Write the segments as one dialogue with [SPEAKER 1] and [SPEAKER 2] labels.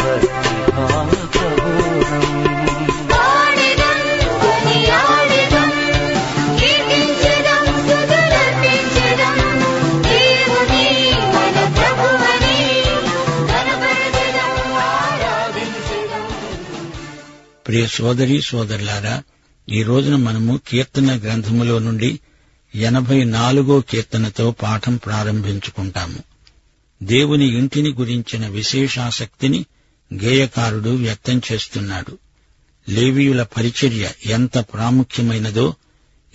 [SPEAKER 1] భక్తిభావబోధం
[SPEAKER 2] ప్రియ సోదరి సోదరులారా ఈ రోజున మనము కీర్తన గ్రంథములో నుండి ఎనభై నాలుగో కీర్తనతో పాఠం ప్రారంభించుకుంటాము దేవుని ఇంటిని గురించిన విశేషాసక్తిని గేయకారుడు వ్యక్తం చేస్తున్నాడు లేవీయుల పరిచర్య ఎంత ప్రాముఖ్యమైనదో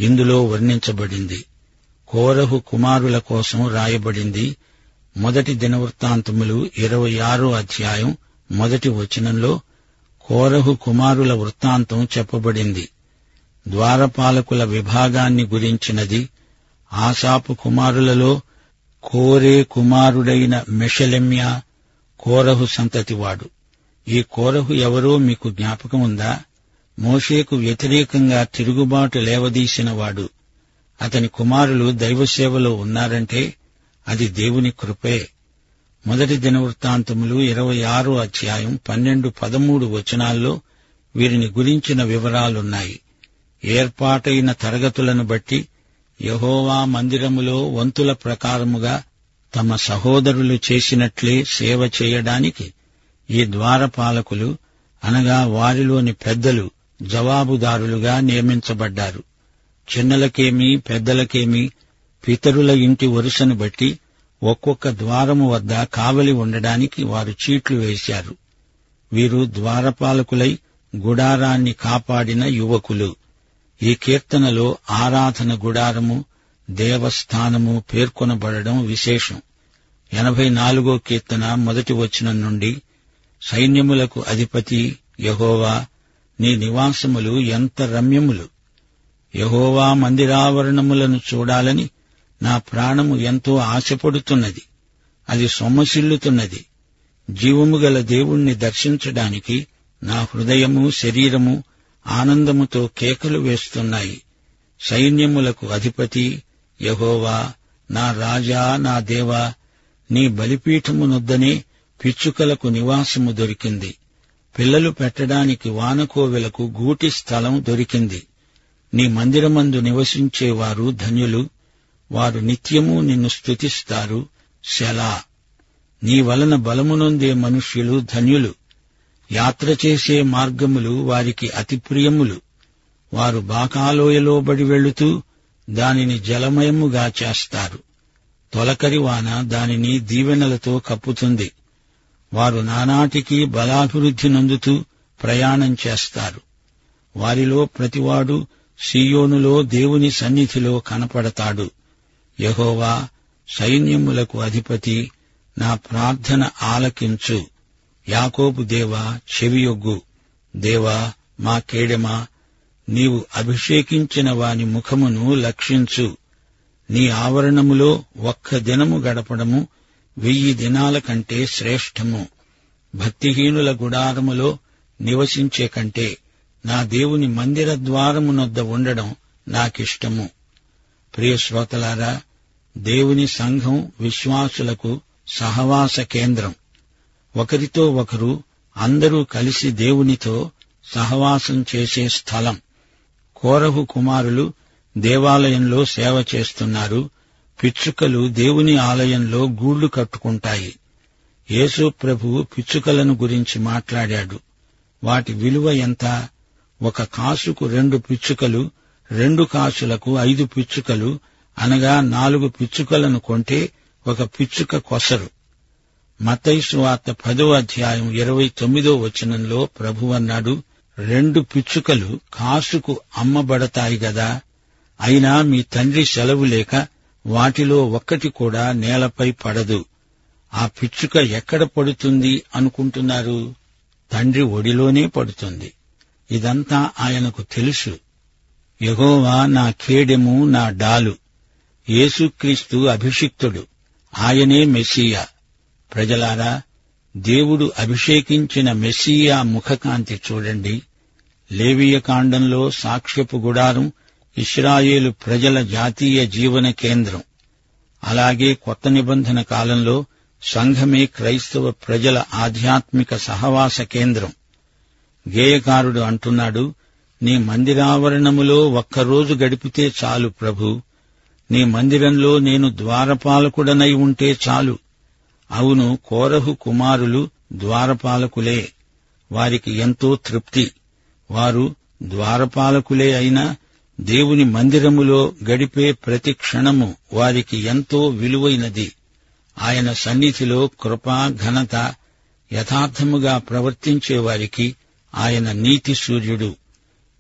[SPEAKER 2] ఇందులో వర్ణించబడింది కోరహు కుమారుల కోసం రాయబడింది మొదటి దినవృత్తాంతములు ఇరవై ఆరో అధ్యాయం మొదటి వచనంలో కోరహు కుమారుల వృత్తాంతం చెప్పబడింది ద్వారపాలకుల విభాగాన్ని గురించినది ఆశాపు కుమారులలో కోరే కుమారుడైన మెషలెమ్య కోరహు సంతతివాడు ఈ కోరహు ఎవరో మీకు జ్ఞాపకం ఉందా మోషేకు వ్యతిరేకంగా తిరుగుబాటు లేవదీసినవాడు అతని కుమారులు దైవసేవలో ఉన్నారంటే అది దేవుని కృపే మొదటి దినవృత్తాంతములు ఇరవై ఆరో అధ్యాయం పన్నెండు పదమూడు వచనాల్లో వీరిని గురించిన వివరాలున్నాయి ఏర్పాటైన తరగతులను బట్టి యహోవా మందిరములో వంతుల ప్రకారముగా తమ సహోదరులు చేసినట్లే సేవ చేయడానికి ఈ ద్వారపాలకులు అనగా వారిలోని పెద్దలు జవాబుదారులుగా నియమించబడ్డారు చిన్నలకేమీ పెద్దలకేమీ పితరుల ఇంటి వరుసను బట్టి ఒక్కొక్క ద్వారము వద్ద కావలి ఉండడానికి వారు చీట్లు వేశారు వీరు ద్వారపాలకులై గుడారాన్ని కాపాడిన యువకులు ఈ కీర్తనలో ఆరాధన గుడారము దేవస్థానము పేర్కొనబడడం విశేషం ఎనభై నాలుగో కీర్తన మొదటి వచనం నుండి సైన్యములకు అధిపతి యహోవా నీ నివాసములు ఎంత రమ్యములు యహోవా మందిరావరణములను చూడాలని నా ప్రాణము ఎంతో ఆశపడుతున్నది అది సొమ్మసిల్లుతున్నది జీవము గల దేవుణ్ణి దర్శించడానికి నా హృదయము శరీరము ఆనందముతో కేకలు వేస్తున్నాయి సైన్యములకు అధిపతి యహోవా నా రాజా నా దేవా నీ బలిపీఠమునొద్దనే పిచ్చుకలకు నివాసము దొరికింది పిల్లలు పెట్టడానికి వానకోవెలకు గూటి స్థలం దొరికింది నీ మందిరమందు నివసించేవారు ధన్యులు వారు నిత్యము నిన్ను స్తుతిస్తారు శలా నీ వలన బలమునొందే మనుష్యులు ధన్యులు యాత్ర చేసే మార్గములు వారికి అతి ప్రియములు వారు బాకాలోయలోబడి వెళుతూ దానిని జలమయముగా చేస్తారు తొలకరి వాన దానిని దీవెనలతో కప్పుతుంది వారు నానాటికి బలాభివృద్ధి నందుతూ ప్రయాణం చేస్తారు వారిలో ప్రతివాడు సీయోనులో దేవుని సన్నిధిలో కనపడతాడు యహోవా సైన్యములకు అధిపతి నా ప్రార్థన ఆలకించు యాకోబు దేవా చెవియొగ్గు దేవా మా కేడమా నీవు అభిషేకించిన వాని ముఖమును లక్షించు నీ ఆవరణములో ఒక్క దినము గడపడము వెయ్యి దినాల కంటే శ్రేష్టము భక్తిహీనుల గుడారములో నివసించే కంటే నా దేవుని మందిర ద్వారమునొద్ద ఉండడం నాకిష్టము ప్రియ శ్రోతలారా దేవుని సంఘం విశ్వాసులకు సహవాస కేంద్రం ఒకరితో ఒకరు అందరూ కలిసి దేవునితో సహవాసం చేసే స్థలం కోరహు కుమారులు దేవాలయంలో సేవ చేస్తున్నారు పిచ్చుకలు దేవుని ఆలయంలో గూళ్లు కట్టుకుంటాయి యేసు ప్రభు పిచ్చుకలను గురించి మాట్లాడాడు వాటి విలువ ఎంత ఒక కాసుకు రెండు పిచ్చుకలు రెండు కాసులకు ఐదు పిచ్చుకలు అనగా నాలుగు పిచ్చుకలను కొంటే ఒక పిచ్చుక కొసరు మతైసు వార్త పదో అధ్యాయం ఇరవై తొమ్మిదో వచనంలో ప్రభు అన్నాడు రెండు పిచ్చుకలు కాసుకు అమ్మబడతాయి గదా అయినా మీ తండ్రి సెలవు లేక వాటిలో ఒక్కటి కూడా నేలపై పడదు ఆ పిచ్చుక ఎక్కడ పడుతుంది అనుకుంటున్నారు తండ్రి ఒడిలోనే పడుతుంది ఇదంతా ఆయనకు తెలుసు యెహోవా నా కేడెము నా డాలు యేసుక్రీస్తు అభిషిక్తుడు ఆయనే మెస్సీయ ప్రజలారా దేవుడు అభిషేకించిన మెస్సియా ముఖకాంతి చూడండి లేవీయ కాండంలో సాక్ష్యపు గుడారం ఇస్రాయేలు ప్రజల జాతీయ జీవన కేంద్రం అలాగే కొత్త నిబంధన కాలంలో సంఘమే క్రైస్తవ ప్రజల ఆధ్యాత్మిక సహవాస కేంద్రం గేయకారుడు అంటున్నాడు నీ మందిరావరణములో ఒక్కరోజు గడిపితే చాలు ప్రభు నీ మందిరంలో నేను ద్వారపాలకుడనై ఉంటే చాలు అవును కోరహు కుమారులు ద్వారపాలకులే వారికి ఎంతో తృప్తి వారు ద్వారపాలకులే అయినా దేవుని మందిరములో గడిపే ప్రతి క్షణము వారికి ఎంతో విలువైనది ఆయన సన్నిధిలో కృప ఘనత యథార్థముగా ప్రవర్తించే వారికి ఆయన నీతి సూర్యుడు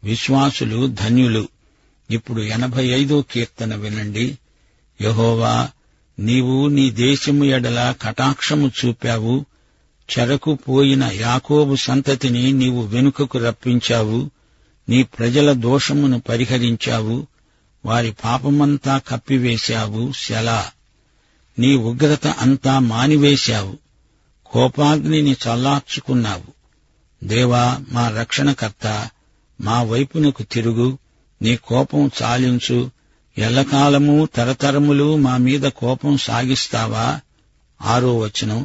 [SPEAKER 2] విశ్వాసులు ధన్యులు ఇప్పుడు ఎనభై ఐదో కీర్తన వినండి యహోవా నీవు నీ దేశము ఎడల కటాక్షము చూపావు చెరకు పోయిన యాకోబు సంతతిని నీవు వెనుకకు రప్పించావు నీ ప్రజల దోషమును పరిహరించావు వారి పాపమంతా కప్పివేశావు శలా నీ ఉగ్రత అంతా మానివేశావు కోపాగ్నిని చల్లార్చుకున్నావు దేవా మా రక్షణకర్త మా వైపునకు తిరుగు నీ కోపం చాలించు ఎల్లకాలము తరతరములు మా మీద కోపం సాగిస్తావా ఆరో వచనం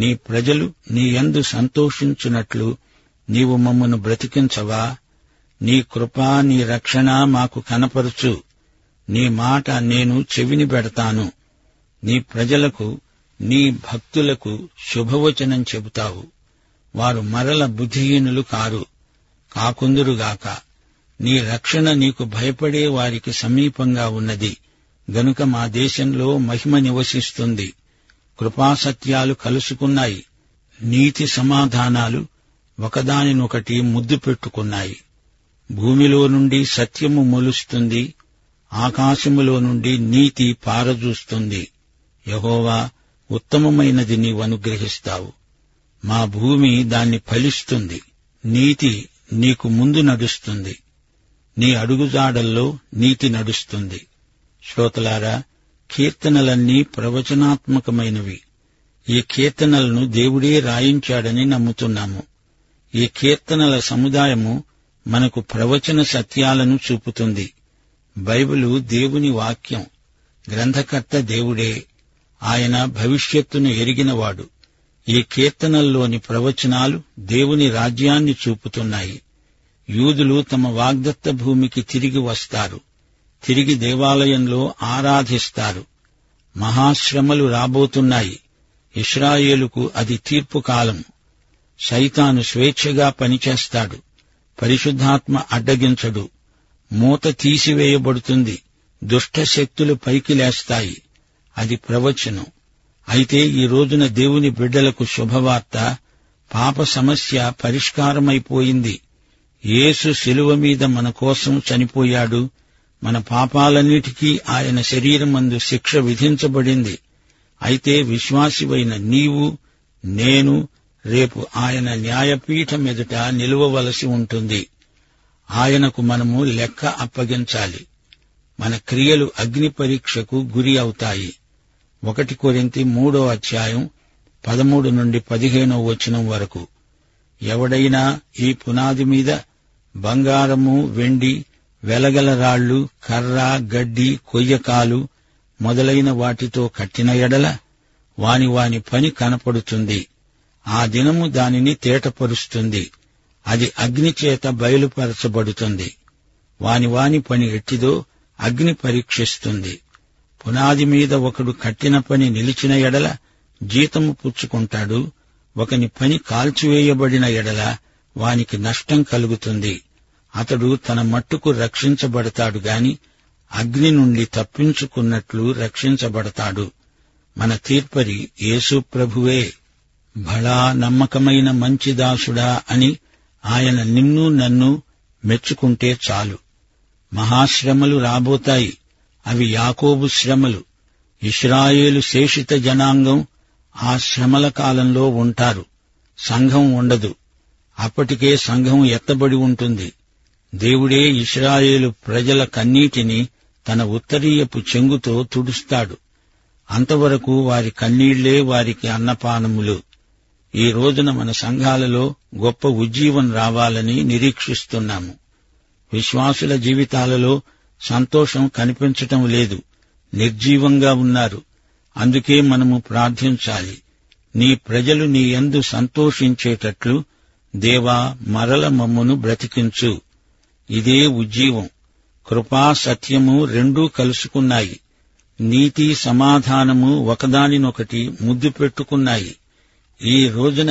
[SPEAKER 2] నీ ప్రజలు నీ యందు సంతోషించున్నట్లు నీవు మమ్మను బ్రతికించవా నీ కృప నీ రక్షణ మాకు కనపరచు నీ మాట నేను చెవిని పెడతాను నీ ప్రజలకు నీ భక్తులకు శుభవచనం చెబుతావు వారు మరల బుద్ధిహీనులు కారు కాకుందురుగాక నీ రక్షణ నీకు భయపడే వారికి సమీపంగా ఉన్నది గనుక మా దేశంలో మహిమ నివసిస్తుంది కృపాసత్యాలు కలుసుకున్నాయి నీతి సమాధానాలు ఒకదానినొకటి ముద్దు పెట్టుకున్నాయి భూమిలో నుండి సత్యము మొలుస్తుంది ఆకాశములో నుండి నీతి పారజూస్తుంది యహోవా ఉత్తమమైనది నీవు అనుగ్రహిస్తావు మా భూమి దాన్ని ఫలిస్తుంది నీతి నీకు ముందు నడుస్తుంది నీ అడుగుజాడల్లో నీతి నడుస్తుంది శ్రోతలారా కీర్తనలన్నీ ప్రవచనాత్మకమైనవి ఈ కీర్తనలను దేవుడే రాయించాడని నమ్ముతున్నాము ఈ కీర్తనల సముదాయము మనకు ప్రవచన సత్యాలను చూపుతుంది బైబిలు దేవుని వాక్యం గ్రంథకర్త దేవుడే ఆయన భవిష్యత్తును ఎరిగినవాడు ఈ కీర్తనల్లోని ప్రవచనాలు దేవుని రాజ్యాన్ని చూపుతున్నాయి యూదులు తమ వాగ్దత్త భూమికి తిరిగి వస్తారు తిరిగి దేవాలయంలో ఆరాధిస్తారు మహాశ్రమలు రాబోతున్నాయి ఇస్రాయేలుకు అది తీర్పు కాలం సైతాను స్వేచ్ఛగా పనిచేస్తాడు పరిశుద్ధాత్మ అడ్డగించడు మూత తీసివేయబడుతుంది దుష్ట శక్తులు పైకి లేస్తాయి అది ప్రవచనం అయితే ఈ రోజున దేవుని బిడ్డలకు శుభవార్త పాప సమస్య పరిష్కారమైపోయింది యేసు శిలువ మీద మన కోసం చనిపోయాడు మన పాపాలన్నిటికీ ఆయన శరీరమందు శిక్ష విధించబడింది అయితే విశ్వాసివైన నీవు నేను రేపు ఆయన న్యాయపీఠం ఎదుట నిలువవలసి ఉంటుంది ఆయనకు మనము లెక్క అప్పగించాలి మన క్రియలు అగ్ని పరీక్షకు గురి అవుతాయి ఒకటి కొరింతి మూడో అధ్యాయం పదమూడు నుండి పదిహేనో వచనం వరకు ఎవడైనా ఈ పునాది మీద బంగారము వెండి వెలగల రాళ్ళు కర్ర గడ్డి కొయ్యకాలు మొదలైన వాటితో కట్టిన ఎడల వాని వాని పని కనపడుతుంది ఆ దినము దానిని తేటపరుస్తుంది అది అగ్నిచేత బయలుపరచబడుతుంది వాని వాని పని ఎట్టిదో అగ్ని పరీక్షిస్తుంది పునాది మీద ఒకడు కట్టిన పని నిలిచిన ఎడల జీతము పుచ్చుకుంటాడు ఒకని పని కాల్చివేయబడిన ఎడల వానికి నష్టం కలుగుతుంది అతడు తన మట్టుకు రక్షించబడతాడు గాని అగ్ని నుండి తప్పించుకున్నట్లు రక్షించబడతాడు మన తీర్పరి యేసు ప్రభువే భళా నమ్మకమైన మంచి దాసుడా అని ఆయన నిన్ను నన్ను మెచ్చుకుంటే చాలు మహాశ్రమలు రాబోతాయి అవి యాకోబు శ్రమలు ఇస్రాయేలు శేషిత జనాంగం ఆ శ్రమల కాలంలో ఉంటారు సంఘం ఉండదు అప్పటికే సంఘం ఎత్తబడి ఉంటుంది దేవుడే ఇస్రాయేలు ప్రజల కన్నీటిని తన ఉత్తరీయపు చెంగుతో తుడుస్తాడు అంతవరకు వారి కన్నీళ్లే వారికి అన్నపానములు ఈ రోజున మన సంఘాలలో గొప్ప ఉజ్జీవం రావాలని నిరీక్షిస్తున్నాము విశ్వాసుల జీవితాలలో సంతోషం కనిపించటం లేదు నిర్జీవంగా ఉన్నారు అందుకే మనము ప్రార్థించాలి నీ ప్రజలు నీ యందు సంతోషించేటట్లు దేవా మరల మమ్మును బ్రతికించు ఇదే ఉజ్జీవం కృపా సత్యము రెండూ కలుసుకున్నాయి నీతి సమాధానము ఒకదానినొకటి ముద్దు పెట్టుకున్నాయి ఈ రోజున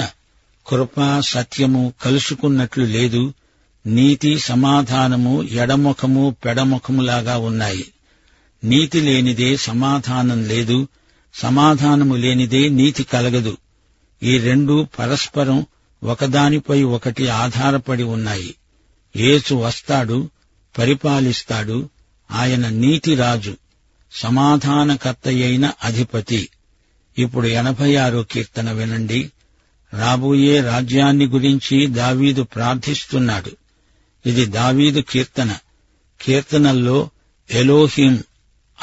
[SPEAKER 2] కృప సత్యము కలుసుకున్నట్లు లేదు నీతి సమాధానము ఎడముఖము పెడముఖములాగా ఉన్నాయి నీతి లేనిదే సమాధానం లేదు సమాధానము లేనిదే నీతి కలగదు ఈ రెండు పరస్పరం ఒకదానిపై ఒకటి ఆధారపడి ఉన్నాయి యేసు వస్తాడు పరిపాలిస్తాడు ఆయన నీతి రాజు సమాధానకర్తయైన అధిపతి ఇప్పుడు ఎనభై ఆరో కీర్తన వినండి రాబోయే రాజ్యాన్ని గురించి దావీదు ప్రార్థిస్తున్నాడు ఇది దావీదు కీర్తన కీర్తనల్లో ఎలోహిం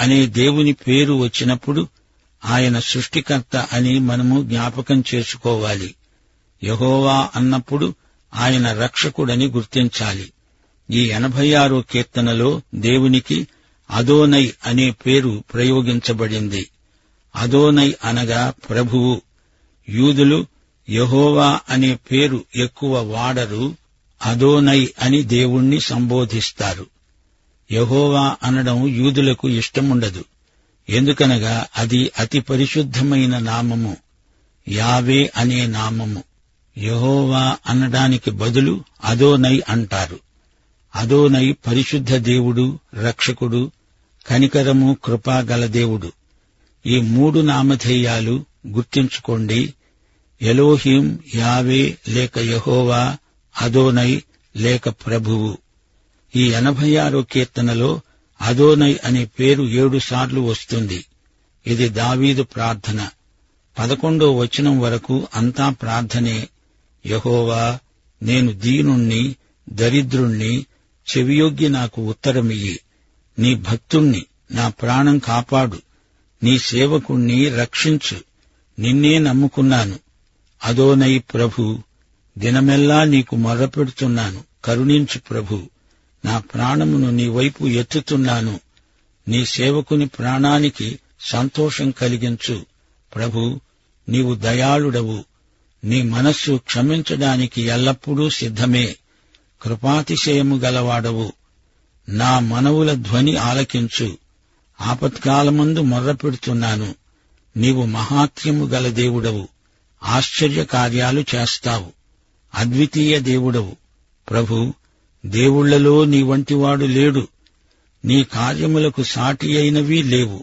[SPEAKER 2] అనే దేవుని పేరు వచ్చినప్పుడు ఆయన సృష్టికర్త అని మనము జ్ఞాపకం చేసుకోవాలి యహోవా అన్నప్పుడు ఆయన రక్షకుడని గుర్తించాలి ఈ ఎనభై ఆరో కీర్తనలో దేవునికి అదోనై అనే పేరు ప్రయోగించబడింది అదోనై అనగా ప్రభువు యూదులు యహోవా అనే పేరు ఎక్కువ వాడరు అదోనై అని దేవుణ్ణి సంబోధిస్తారు యహోవా అనడం యూదులకు ఇష్టముండదు ఎందుకనగా అది అతి పరిశుద్ధమైన నామము యావే అనే నామము యహోవా అనడానికి బదులు అదోనై అంటారు అదోనై పరిశుద్ధ దేవుడు రక్షకుడు కనికరము కృపాగల దేవుడు ఈ మూడు నామధేయాలు గుర్తుంచుకోండి ఎలోహిం యావే లేక యహోవా అదోనై లేక ప్రభువు ఈ ఎనభై ఆరో కీర్తనలో అదోనై అనే పేరు ఏడు సార్లు వస్తుంది ఇది దావీదు ప్రార్థన పదకొండో వచనం వరకు అంతా ప్రార్థనే యహోవా నేను దీనుణ్ణి దరిద్రుణ్ణి చెవియొగ్గి నాకు ఉత్తరమియ్యి నీ భక్తుణ్ణి నా ప్రాణం కాపాడు నీ సేవకుణ్ణి రక్షించు నిన్నే నమ్ముకున్నాను అదోనై ప్రభు దినమెల్లా నీకు మొర్రపెడుతున్నాను కరుణించు ప్రభు నా ప్రాణమును నీ వైపు ఎత్తుతున్నాను నీ సేవకుని ప్రాణానికి సంతోషం కలిగించు ప్రభు నీవు దయాళుడవు నీ మనస్సు క్షమించడానికి ఎల్లప్పుడూ సిద్ధమే కృపాతిశయము గలవాడవు నా మనవుల ధ్వని ఆలకించు ఆపత్కాలమందు మొర్రపెడుతున్నాను నీవు మహాత్యము గల దేవుడవు ఆశ్చర్య కార్యాలు చేస్తావు అద్వితీయ దేవుడవు ప్రభు దేవుళ్లలో నీ వంటివాడు లేడు నీ కార్యములకు సాటి అయినవి లేవు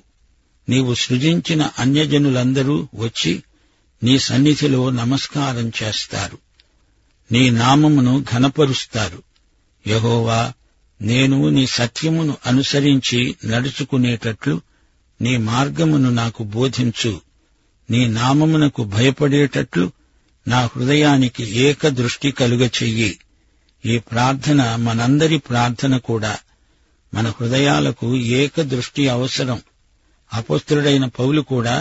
[SPEAKER 2] నీవు సృజించిన అన్యజనులందరూ వచ్చి నీ సన్నిధిలో నమస్కారం చేస్తారు నీ నామమును ఘనపరుస్తారు యహోవా నేను నీ సత్యమును అనుసరించి నడుచుకునేటట్లు నీ మార్గమును నాకు బోధించు నీ నామమునకు భయపడేటట్లు నా హృదయానికి ఏక దృష్టి కలుగ చెయ్యి ఈ ప్రార్థన మనందరి ప్రార్థన కూడా మన హృదయాలకు ఏక దృష్టి అవసరం అపస్తుడైన పౌలు కూడా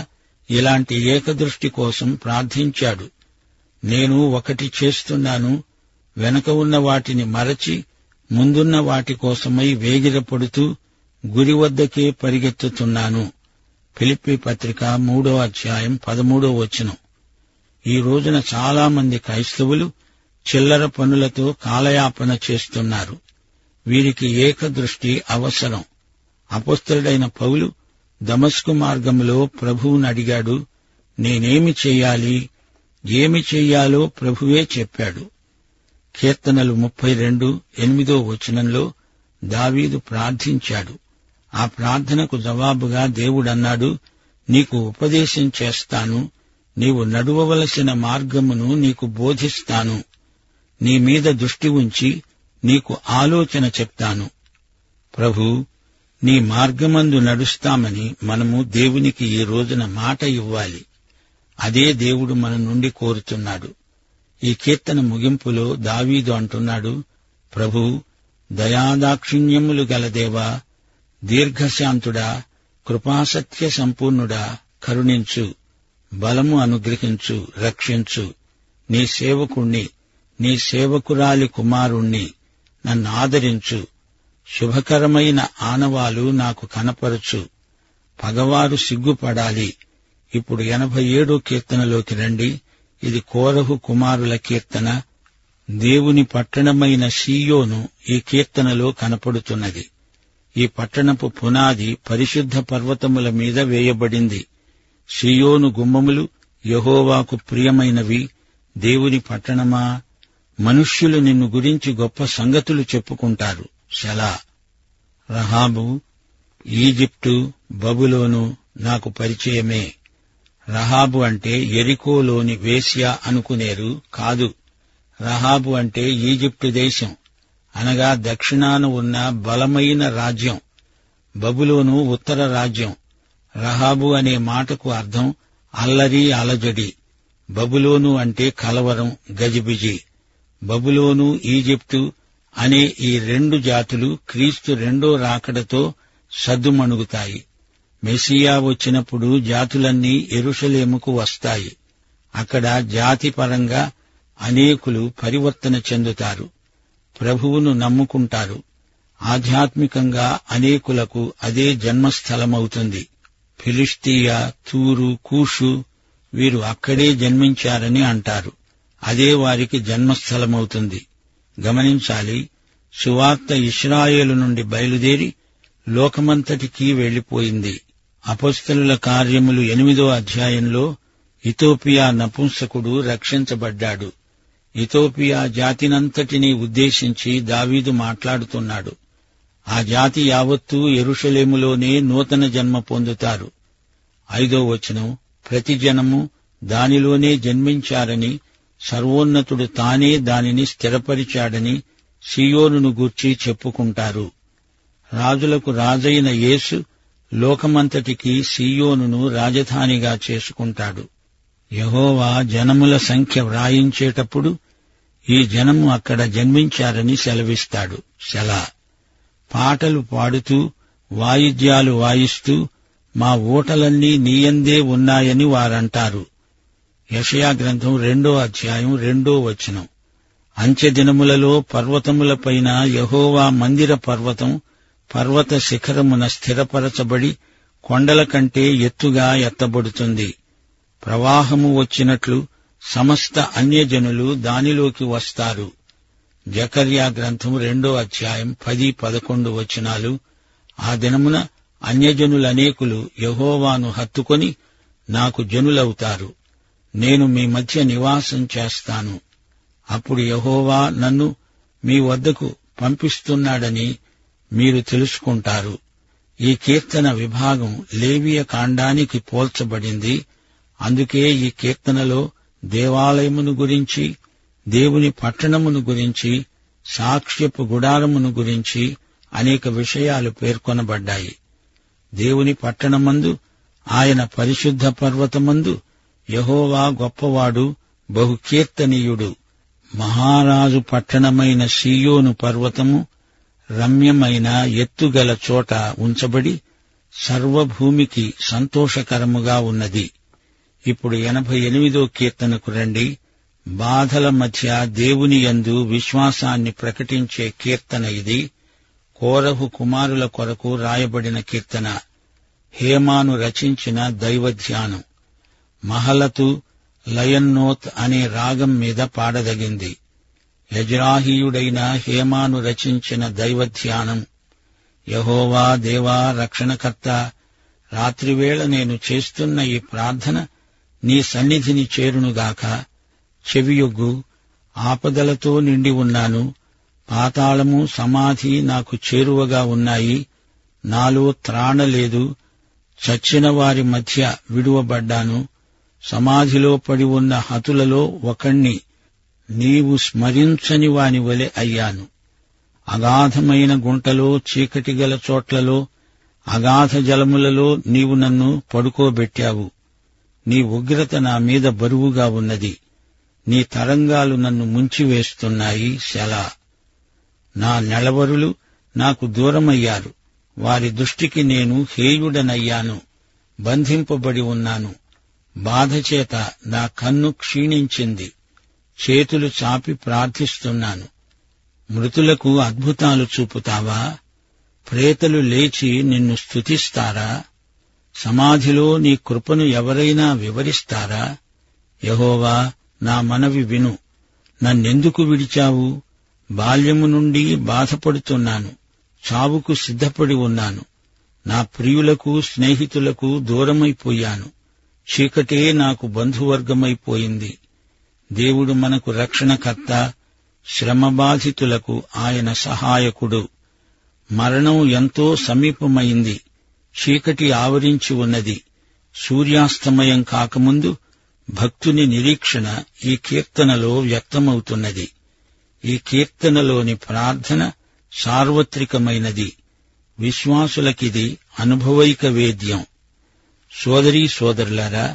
[SPEAKER 2] ఇలాంటి ఏకదృష్టి కోసం ప్రార్థించాడు నేను ఒకటి చేస్తున్నాను వెనక ఉన్న వాటిని మరచి ముందున్న వాటి కోసమై వేగిరపడుతూ గురి వద్దకే పరిగెత్తుతున్నాను ఫిలిప్పి పత్రిక మూడో అధ్యాయం పదమూడో వచనం ఈ రోజున చాలా మంది క్రైస్తవులు చిల్లర పనులతో కాలయాపన చేస్తున్నారు వీరికి ఏకదృష్టి అవసరం అపస్తుడైన పౌలు దమస్కు మార్గంలో ప్రభువును అడిగాడు నేనేమి చేయాలి ఏమి చెయ్యాలో ప్రభువే చెప్పాడు కీర్తనలు ముప్పై రెండు ఎనిమిదో వచనంలో దావీదు ప్రార్థించాడు ఆ ప్రార్థనకు జవాబుగా దేవుడన్నాడు నీకు ఉపదేశం చేస్తాను నీవు నడువవలసిన మార్గమును నీకు బోధిస్తాను నీ మీద దృష్టి ఉంచి నీకు ఆలోచన చెప్తాను ప్రభు నీ మార్గమందు నడుస్తామని మనము దేవునికి ఈ రోజున మాట ఇవ్వాలి అదే దేవుడు మన నుండి కోరుతున్నాడు ఈ కీర్తన ముగింపులో దావీదు అంటున్నాడు ప్రభు దయాదాక్షిణ్యములు గల దేవా దీర్ఘశాంతుడా కృపాసత్య సంపూర్ణుడా కరుణించు బలము అనుగ్రహించు రక్షించు నీ సేవకుణ్ణి నీ సేవకురాలి కుమారుణ్ణి నన్ను ఆదరించు శుభకరమైన ఆనవాలు నాకు కనపరచు పగవారు సిగ్గుపడాలి ఇప్పుడు ఎనభై ఏడో కీర్తనలోకి రండి ఇది కోరహు కుమారుల కీర్తన దేవుని పట్టణమైన సీయోను ఈ కీర్తనలో కనపడుతున్నది ఈ పట్టణపు పునాది పరిశుద్ధ పర్వతముల మీద వేయబడింది సియోను గుమ్మములు యహోవాకు ప్రియమైనవి దేవుని పట్టణమా మనుష్యులు నిన్ను గురించి గొప్ప సంగతులు చెప్పుకుంటారు శలా రహాబు ఈజిప్టు బబులోను నాకు పరిచయమే రహాబు అంటే ఎరికోలోని వేశ్య అనుకునేరు కాదు రహాబు అంటే ఈజిప్టు దేశం అనగా దక్షిణాన ఉన్న బలమైన రాజ్యం బబులోను ఉత్తర రాజ్యం రహాబు అనే మాటకు అర్థం అల్లరి అలజడి బబులోను అంటే కలవరం గజిబిజి బబులోను ఈజిప్టు అనే ఈ రెండు జాతులు క్రీస్తు రెండో రాకడతో సద్దుమణుగుతాయి మెస్సియా వచ్చినప్పుడు జాతులన్నీ ఎరుషలేముకు వస్తాయి అక్కడ జాతిపరంగా అనేకులు పరివర్తన చెందుతారు ప్రభువును నమ్ముకుంటారు ఆధ్యాత్మికంగా అనేకులకు అదే జన్మస్థలమవుతుంది ఫిలిస్తియా తూరు కూషు వీరు అక్కడే జన్మించారని అంటారు అదే వారికి జన్మస్థలమవుతుంది గమనించాలి సువార్త ఇస్రాయేలు నుండి బయలుదేరి లోకమంతటికీ వెళ్లిపోయింది అపొస్తలుల కార్యములు ఎనిమిదో అధ్యాయంలో ఇథోపియా నపుంసకుడు రక్షించబడ్డాడు ఇథోపియా జాతినంతటినీ ఉద్దేశించి దావీదు మాట్లాడుతున్నాడు ఆ జాతి యావత్తూ ఎరుషలేములోనే నూతన జన్మ పొందుతారు ఐదో వచనం ప్రతి జనము దానిలోనే జన్మించారని సర్వోన్నతుడు తానే దానిని స్థిరపరిచాడని సియోనును గూర్చి చెప్పుకుంటారు రాజులకు రాజైన యేసు లోకమంతటికి సియోనును రాజధానిగా చేసుకుంటాడు యహోవా జనముల సంఖ్య వ్రాయించేటప్పుడు ఈ జనము అక్కడ జన్మించారని సెలవిస్తాడు సెలా పాటలు పాడుతూ వాయిద్యాలు వాయిస్తూ మా ఊటలన్నీ నీయందే ఉన్నాయని వారంటారు యషయా గ్రంథం రెండో అధ్యాయం రెండో వచనం అంచె దినములలో పర్వతములపైన యహోవా మందిర పర్వతం పర్వత శిఖరమున స్థిరపరచబడి కొండల కంటే ఎత్తుగా ఎత్తబడుతుంది ప్రవాహము వచ్చినట్లు సమస్త అన్యజనులు దానిలోకి వస్తారు జకర్యా గ్రంథం రెండో అధ్యాయం పది పదకొండు వచనాలు ఆ దినమున అన్యజనులనేకులు యహోవాను హత్తుకొని నాకు జనులవుతారు నేను మీ మధ్య నివాసం చేస్తాను అప్పుడు యహోవా నన్ను మీ వద్దకు పంపిస్తున్నాడని మీరు తెలుసుకుంటారు ఈ కీర్తన విభాగం లేవియ కాండానికి పోల్చబడింది అందుకే ఈ కీర్తనలో దేవాలయమును గురించి దేవుని పట్టణమును గురించి సాక్ష్యపు గుడారమును గురించి అనేక విషయాలు పేర్కొనబడ్డాయి దేవుని పట్టణమందు ఆయన పరిశుద్ధ పర్వతమందు యహోవా గొప్పవాడు బహు కీర్తనీయుడు మహారాజు పట్టణమైన సియోను పర్వతము రమ్యమైన ఎత్తుగల చోట ఉంచబడి సర్వభూమికి సంతోషకరముగా ఉన్నది ఇప్పుడు ఎనభై ఎనిమిదో కీర్తనకు రండి బాధల మధ్య దేవుని యందు విశ్వాసాన్ని ప్రకటించే కీర్తన ఇది కోరహు కుమారుల కొరకు రాయబడిన కీర్తన హేమాను రచించిన దైవధ్యానం మహలతు లయన్నోత్ అనే రాగం మీద పాడదగింది యజ్రాహీయుడైన హేమాను రచించిన దైవధ్యానం యహోవా దేవా రక్షణకర్త రాత్రివేళ నేను చేస్తున్న ఈ ప్రార్థన నీ సన్నిధిని చేరునుగాక చెవియొగ్గు ఆపదలతో నిండి ఉన్నాను పాతాళము సమాధి నాకు చేరువగా ఉన్నాయి నాలో త్రాణ లేదు చచ్చిన వారి మధ్య విడువబడ్డాను సమాధిలో పడి ఉన్న హతులలో ఒకణ్ణి నీవు స్మరించని వాని వలె అయ్యాను అగాధమైన గుంటలో చీకటి గల చోట్లలో అగాధ జలములలో నీవు నన్ను పడుకోబెట్టావు నీ ఉగ్రత నా మీద బరువుగా ఉన్నది నీ తరంగాలు నన్ను ముంచివేస్తున్నాయి శలా నా నెలవరులు నాకు దూరమయ్యారు వారి దృష్టికి నేను హేయుడనయ్యాను బంధింపబడి ఉన్నాను బాధచేత నా కన్ను క్షీణించింది చేతులు చాపి ప్రార్థిస్తున్నాను మృతులకు అద్భుతాలు చూపుతావా ప్రేతలు లేచి నిన్ను స్తుతిస్తారా సమాధిలో నీ కృపను ఎవరైనా వివరిస్తారా యహోవా నా మనవి విను నన్నెందుకు విడిచావు బాల్యము నుండి బాధపడుతున్నాను చావుకు సిద్ధపడి ఉన్నాను నా ప్రియులకు స్నేహితులకు దూరమైపోయాను చీకటే నాకు బంధువర్గమైపోయింది దేవుడు మనకు రక్షణకర్త శ్రమబాధితులకు ఆయన సహాయకుడు మరణం ఎంతో సమీపమైంది చీకటి ఆవరించి ఉన్నది సూర్యాస్తమయం కాకముందు భక్తుని నిరీక్షణ ఈ కీర్తనలో వ్యక్తమవుతున్నది ఈ కీర్తనలోని ప్రార్థన సార్వత్రికమైనది విశ్వాసులకిది అనుభవైక వేద్యం సోదరీ సోదరులారా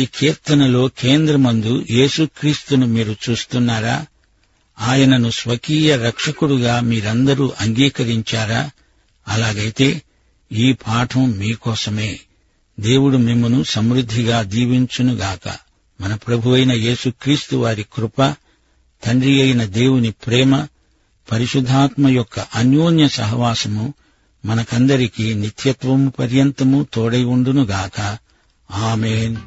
[SPEAKER 2] ఈ కీర్తనలో కేంద్రమందు యేసుక్రీస్తును మీరు చూస్తున్నారా ఆయనను స్వకీయ రక్షకుడుగా మీరందరూ అంగీకరించారా అలాగైతే ఈ పాఠం మీకోసమే దేవుడు మిమ్మను సమృద్ధిగా దీవించునుగాక మన ప్రభు అయిన యేసుక్రీస్తు వారి కృప తండ్రి అయిన దేవుని ప్రేమ పరిశుద్ధాత్మ యొక్క అన్యోన్య సహవాసము మనకందరికీ నిత్యత్వము పర్యంతము తోడై ఉండునుగాక ఆమెన్